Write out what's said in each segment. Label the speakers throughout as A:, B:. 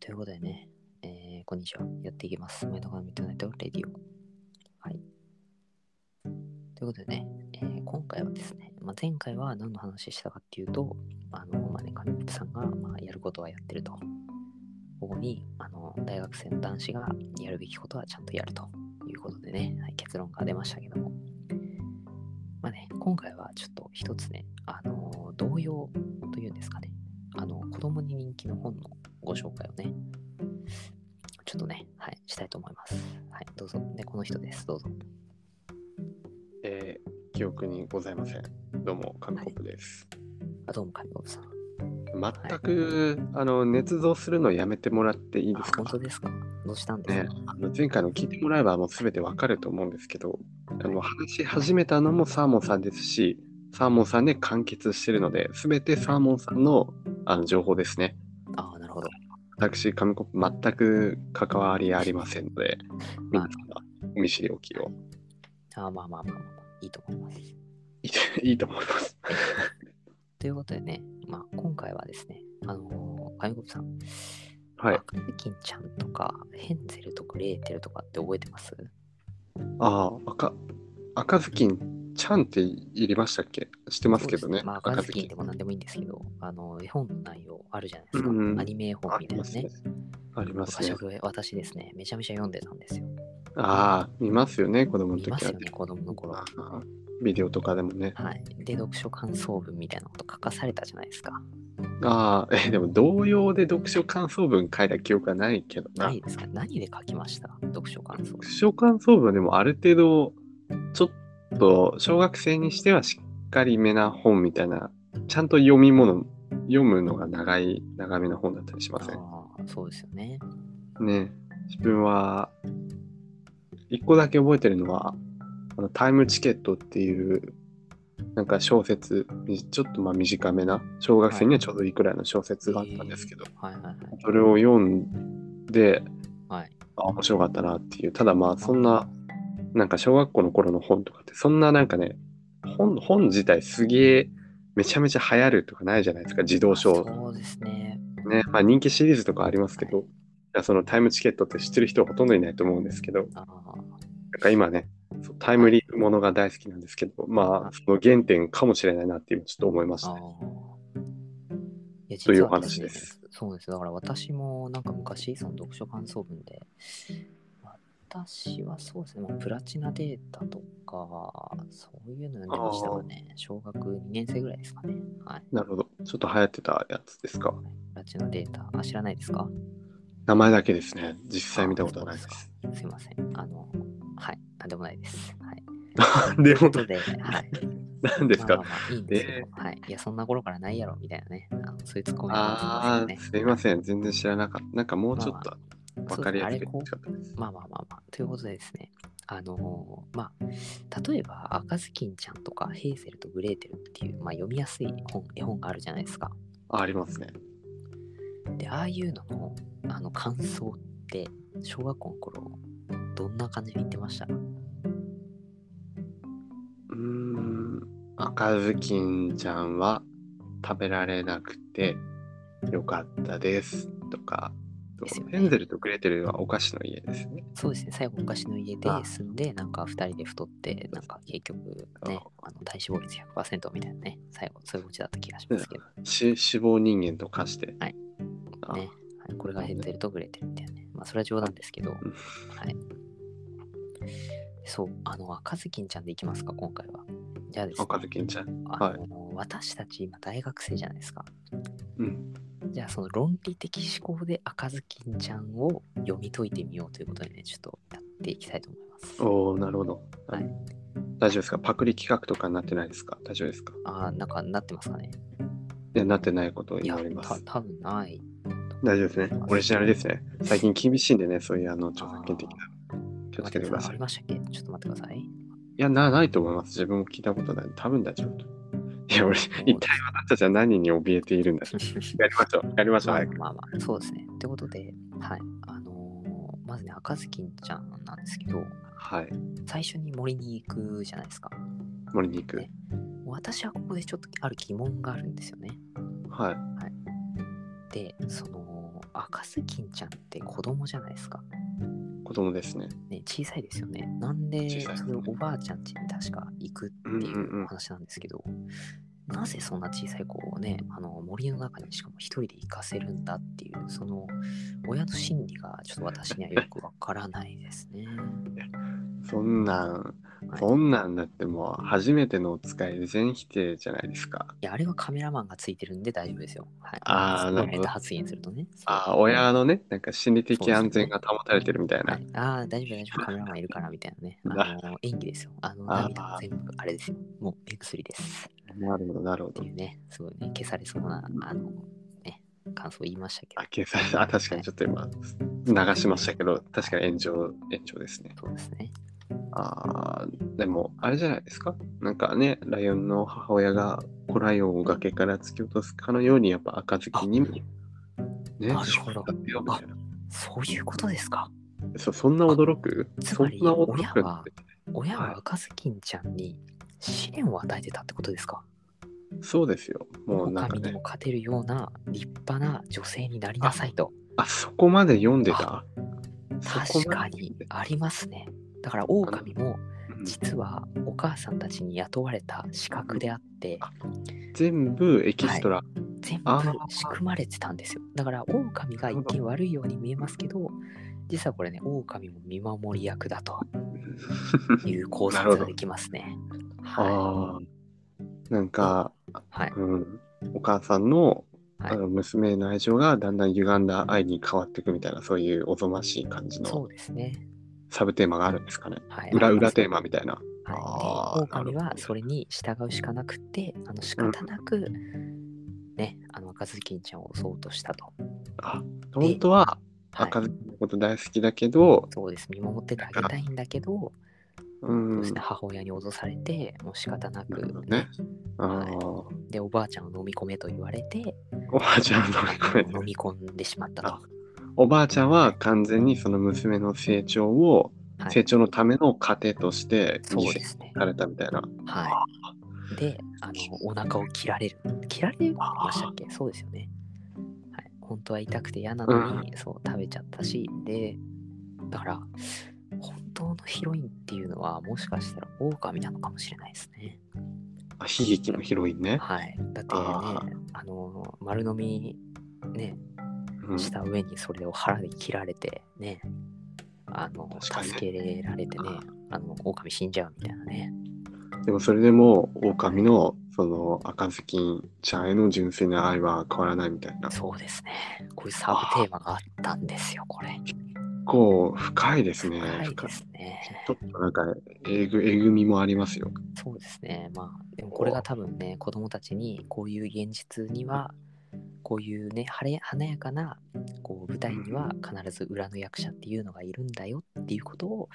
A: ということでね、えー、こんにちは。やっていきます。前とかミッドナイトレディオ。はい。ということでね、えー今回はですね、まあ、前回は何の話したかっていうと、あの、まあね、神本さんが、まあ、やることはやってると。ここに、あの、大学生の男子がやるべきことはちゃんとやるということでね、はい、結論が出ましたけども。まあね、今回はちょっと一つね、あの、童謡というんですかね、あの、子供に人気の本のご紹介をね、ちょっとね、はい、したいと思います。はい、どうぞ。ね、この人です。どうぞ。
B: えー記憶にございません。どうも、紙コップです。
A: あ、どうも、神本さん。
B: 全く、あの、捏造するのやめてもらっていいです
A: あ、
B: か
A: 本当ですかどうしたんですか、
B: ねあの前回の聞いてもらえばもう全てわかると思うんですけど、あの、話し始めたのもサーモンさんですし、サーモンさんで完結してるので、全てサーモンさんのあの情報ですね。
A: ああ、なるほど。
B: 私、紙コップ全く関わりありませんので、皆様、お見知りおきを。
A: あーまあまあまあまあ、いいと思います。
B: いいいいと思います。
A: ということでね、まあ、今回はですね、あのー、神本さん、
B: はい
A: ア。クルキンちゃんとか、ヘンゼルとか、レーテルとかって覚えてます
B: ああ、赤、赤ずきんちゃんって入れましたっけ知ってますけど
A: そうで
B: ね
A: す。まあ、
B: 赤
A: 赤
B: ず
A: ず
B: き
A: き
B: ん
A: んでも何でもいいんですけど、あの、絵本の内容あるじゃないですか。
B: うんうん
A: アニメ絵本
B: あ
A: み
B: り
A: たい
B: ま
A: な
B: すね
A: ね。。
B: あります
A: 私
B: ね。
A: 私ですね、めちゃめちゃ読んでたんですよ。
B: ああ、見ますよね、子供の
A: 見ま
B: 時
A: す
B: は
A: よ。ね、子供の頃。
B: ああビデオとかでもね。
A: はい。で、読書感想文みたいなこと書かされたじゃないですか。
B: ああ、え、でも同様で読書感想文書いた記憶はないけどな。
A: ないですか何で書きました読書感想文
B: 読。書感想文でもある程度、ちょっと小学生にしてはしっかりめな本みたいな、ちゃんと読み物、読むのが長い、長めの本だったりしません
A: ああ、そうですよね。
B: ね自分は一個だけ覚えてるのは「あのタイムチケット」っていうなんか小説みちょっとまあ短めな小学生にはちょうどいいくらいの小説があったんですけど、
A: はいはいはい。
B: それを読んで
A: はい。
B: あ面白かったなっていうただまあそんななんか小学校の頃の本とかってそんななんかね本本自体すげえめちゃめちゃ流行るとかないじゃないですか児童書
A: そうですね。
B: ね、まあ、人気シリーズとかありますけど、
A: はい
B: やそのタイムチケットって知ってる人はほとんどいないと思うんですけど、
A: ああ、
B: なんか今ね、そうタイムリープものが大好きなんですけど、まあ、その原点かもしれないなって今ちょっと思いまし
A: あ
B: た
A: あ
B: ね。。
A: いや
B: とい
A: 実
B: う
A: は私ね
B: お話です
A: そうです。だから私もなんか昔、その読書感想文で、私はそうですね、もうプラチナデータとか、そういうの読んでましたかね。小学2年生ぐらいですかね。はい。
B: なるほど。ちょっと流行ってたやつですか。
A: プラチナデータ、あ、知らないですか
B: 名前だけですね。実際見たことはないで
A: あ
B: す。
A: そうですかすいません。あの、はい。なんでもないです。 はい。
B: で
A: という
B: も
A: こ、とで、はい。
B: 何です
A: ま
B: か
A: あ。まあまあいいんですけど、はい。いや、そんな頃からないやろ、みたいなね。あのそういうツッコミ
B: あ
A: が
B: あ、
A: つ
B: す
A: き
B: いません。全然知らなかった。なんかもうちょっと
A: ま
B: わかりやすく
A: そう
B: しかったです。
A: まあまあまあまあ。ということでですね。あのーまあ、例えば、赤ずきんちゃんとか、ヘーゼルとグレーテルっていう、まあ、読みやすい本、絵本があるじゃないですか。
B: あありますね。
A: で、ああいうのの、あの、感想って、小学校の頃、どんな感じで言ってました
B: うーん。赤ずきんちゃんは食べられなくてよかったです。とか、
A: ですよね
B: ヘンゼルとグレーテルはお菓子の家ですね。
A: そうですね、最後、昔の家で
B: ああ
A: 住んで、なんか2人で太って、なんか結局ね、あの体脂肪率100%みたいなね、最後、そういうオチだった気がしますけど、
B: し死亡人間と化して。
A: はい
B: あ
A: ねはい、これが減ってるとグレてるみたいなね、まあ、それは冗談ですけど、
B: ん
A: はい。そう、あの、赤ずきんちゃんでいきますか、今回は。じゃあですね、
B: 赤ずきんちゃん。
A: あの私たち今、大学生じゃないですか。
B: うん。
A: じゃあ、その論理的思考で赤ずきんちゃんを読み解いてみようということでね、ちょっとやっていきたいと思います。
B: おおなるほど。
A: はい
B: 大丈夫ですかパクリ企画とかになってないですか大丈夫ですか
A: ああ、なんかなってますかね。
B: いや、なってないことを
A: いや
B: 祈りま
A: た
B: す。
A: 多分ない。
B: 大丈夫ですね。オリジナルですね。最近厳しいんでね、そういうあの著作権的な。気をつけてくだ
A: あ
B: さい。
A: り
B: い
A: ましたっけちょっと待ってく ださい。
B: やな、ないと思います。自分も聞いたことない。多分大丈夫と。いや、俺、一体私たちは何に怯えているんだやりましょう。やりましょう。
A: まあ
B: 早
A: ま
B: く
A: あまあまあ、そうですね。ということで、はい。あのーまずね、赤ずきんちゃんなんですけど、
B: はい。
A: 最初に森に行くじゃないですか。
B: 森に行く
A: ね。私はここでちょっとある疑問があるんですよね。
B: はい。
A: で、その、赤ずきんちゃんって子供じゃないですか。
B: 子供ですね。
A: ね、小さいですよね。なんで、
B: 小さい
A: それをおばあちゃん家に確か行くってい
B: んうんう
A: うんう話なんですけど、なぜそんな小さい子をね、あの森の中にしかも一人で行かせるんだっていう、その親の心理がちょっと私にはよくわからないですね。
B: そんなん、
A: はい
B: そんなんだってもう初めてのお使いで全否定じゃないですか。
A: いや、あれはカメラマンがついてるんで大丈夫ですよ。はい、
B: あーなるほ
A: ネ
B: ど
A: タ発言するとね。そう
B: ああ、親のね、なんか心理的安全が保たれてるみたいな。
A: はい、ああ、大丈夫、大丈夫、カメラマンいるからみたいなね。あの演技ですよ。あの、
B: あー
A: 涙も全部あれですよ。もう目薬です。
B: なるほど、なるほ
A: って
B: ど
A: い。うね、すごいね、消されそうな、あの、ね、感想を言いましたけど
B: あ、、警察、あ、確かにちょっと今、流しましたけど、確かに炎上、炎上ですね。
A: そうですね。
B: ああ、でも、あれじゃないですか。なんかね、ライオンの母親が子ライオンを崖から突き落とすかのように、やっぱ赤ずきにも、ね、
A: なるほど
B: 仕掛けようみたいな
A: そういうことですか。
B: そうそんな驚く
A: つ
B: そ
A: ま
B: ん
A: り
B: な驚く
A: 親は親
B: はい
A: は赤ずきんちゃんに試練を与えてたってことですか。
B: そうですよ。もうなんか
A: 狼に
B: ね
A: も。勝てるような立派な女性になりなさいと。
B: あ、そこまで読んでた。そ
A: 確
B: こま
A: か
B: で
A: にありますね。だから狼も
B: うん
A: 実はお母さんたちに雇われた資格であって
B: あ全部エキストラ。
A: 全部
B: あー
A: 仕組まれてたんですよ。だから狼が一見悪いように見えますけど実はこれね狼も見守り役だ という考
B: な
A: 察
B: るほ
A: が
B: ど
A: できますね。は
B: ああ。なんか、
A: い。はい。
B: うん、お母さんの,、
A: はい
B: あの娘への愛情がだんだん歪んだ愛に変わっていくみたいな、そういうおぞましい感じ
A: そ
B: の
A: うですね。
B: サブテーマがあるんですかね。
A: はい、
B: 裏
A: ありま
B: 裏
A: すね
B: テーマみたいな。あ
A: はい、
B: ー
A: で
B: なる
A: 狼
B: ほど
A: はそれに従うしかなくてあの仕方なく、ねあの赤ずきんちゃんを襲おうとしたと、
B: あ本当は
A: はい、
B: 赤ずきんのこと大好きだけど、
A: そうです見守っててあげたいんだけど、
B: う
A: そうんですね、母親に脅されてもう仕方なく
B: なるほどね。ああ
A: はいでおばあちゃんを飲み込めと言われて
B: おばあちゃんの声で
A: 飲み込んでしまったと、
B: おばあちゃんは完全にその娘の成長を
A: はい、
B: 成長のための糧として
A: そ
B: 犠
A: うで
B: 牲
A: すね
B: されたみたいな。
A: はいであのお腹を切られる切られましたっけそうですよねはい本当は痛くて嫌なのに、そう食べちゃったしでだから本当のヒロインっていうのはもしかしたら狼なのかもしれないですね
B: あ悲劇のヒロインね。
A: はいだってね
B: あ
A: あの丸飲みね
B: うん
A: した上にそれを腹で切られてねあの
B: 確かにね
A: 助けられてねあの狼死んじゃうみたいなね
B: でもそれでも狼のその赤ずきんちゃんへの純粋な愛は変わらないみたいな結
A: そうですねこういうサブテーマがあったんですよこれ
B: 構深いですね
A: 深いですね
B: ちょっとなんかえぐえぐみもありますよ
A: そうですねまあでもこれが多分ね子供たちにこういう現実にはこういうね晴れ華やかなこう舞台には必ず裏の役者っていうのがいるんだよっていうことを、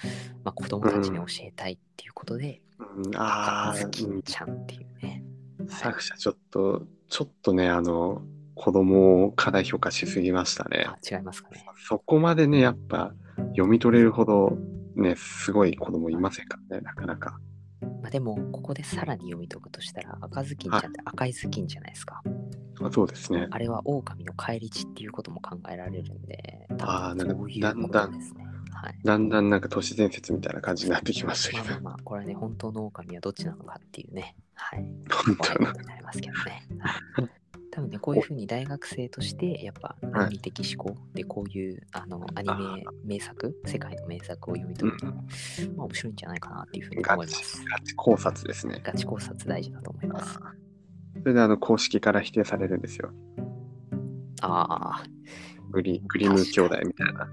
A: まあ、子供たちに教えたいっていうことで
B: う
A: 「
B: んあ
A: 赤ずき
B: ーうん
A: んちゃん」っていうね
B: 作者ちょっとちょっとねあの子供を過大評価しすぎましたね
A: あ違いますかね
B: そこまでねやっぱ読み取れるほどねすごい子供いませんからねなかなか
A: まあ、でも、ここでさらに読み解くとしたら、赤ずきんちゃんって赤いずきんじゃないですか。
B: あそうですね
A: あれは狼の返り血っていうことも考えられるんで、
B: あー
A: 多分そうい
B: な
A: うんこ
B: か
A: とですね。はい。
B: だんだんなんか都市伝説みたいな感じになってきました
A: まあ
B: けど
A: まあまあ、これね、本当の狼はどっちなのかっていうね、はい。
B: 本
A: 怖い
B: 当
A: こ
B: な
A: とになりますけどね。はい多分ね、こういうふうに大学生として、やっぱ論理的思考で、こういうあのアニメ名作、世界の名作を読み解くのも、まあ面白いんじゃないかなっていうふうに
B: ガ
A: 思いま
B: チ
A: す。
B: ガチ考察ですね
A: ガチ考察大事だと思います。
B: それであの公式から否定されるんですよ。
A: ああ。
B: グリグリム兄弟みたいな。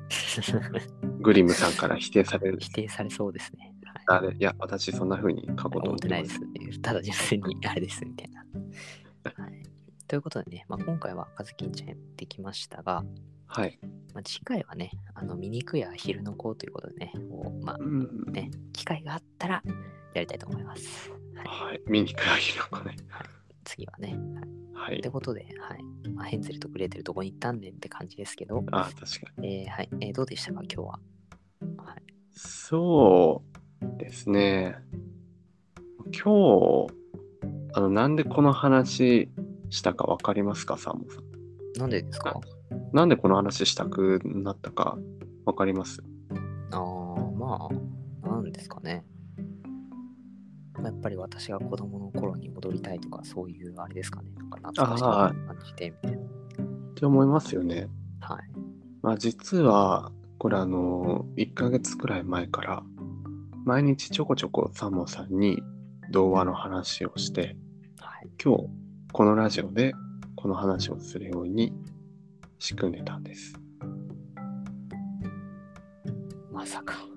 B: グリムさんから否定されるんで
A: 否
B: す。
A: 定されそうですね。はい、
B: あれいや、私そんな風に書こうと
A: 思
B: 思
A: っ
B: ってて
A: ない
B: ま。
A: ですす。ただ純粋にあれですみたいな。はい、ということでね、まあ、今回は赤ずきんちゃんやってきましたが、
B: はい。
A: まあ、次回はね、あの醜や昼の子ということでね、をまあ
B: うん
A: ね、機会があったらやりたいと思います。はい、
B: はい。ミニクラヒロコね。
A: 次はね。はい
B: は
A: っ
B: い
A: て。ことで、はいまあ、ヘンゼルとグレーテルどこに行ったんねんって感じですけど、
B: あ、確かに。
A: えーはいえーどうでしたか、今日は。はい、
B: そうですね。今日、あの、なんでこの話したかわかりますか、サーモンさん。
A: なんでですか
B: なんでこの話したくなったかわかります
A: ああ、まあ、なんですかね。まあやっぱり私が子供の頃に戻りたいとか、そういうあれですかね。なんか懐かしい
B: あ
A: 感じてみたいな。
B: って思いますよね。
A: はい。
B: まあ実はこれあの1ヶ月くらい前から毎日ちょこちょこサモさんに童話の話をして
A: はい。
B: 今日このラジオでこの話をするように仕組んでたんです。
A: まさか。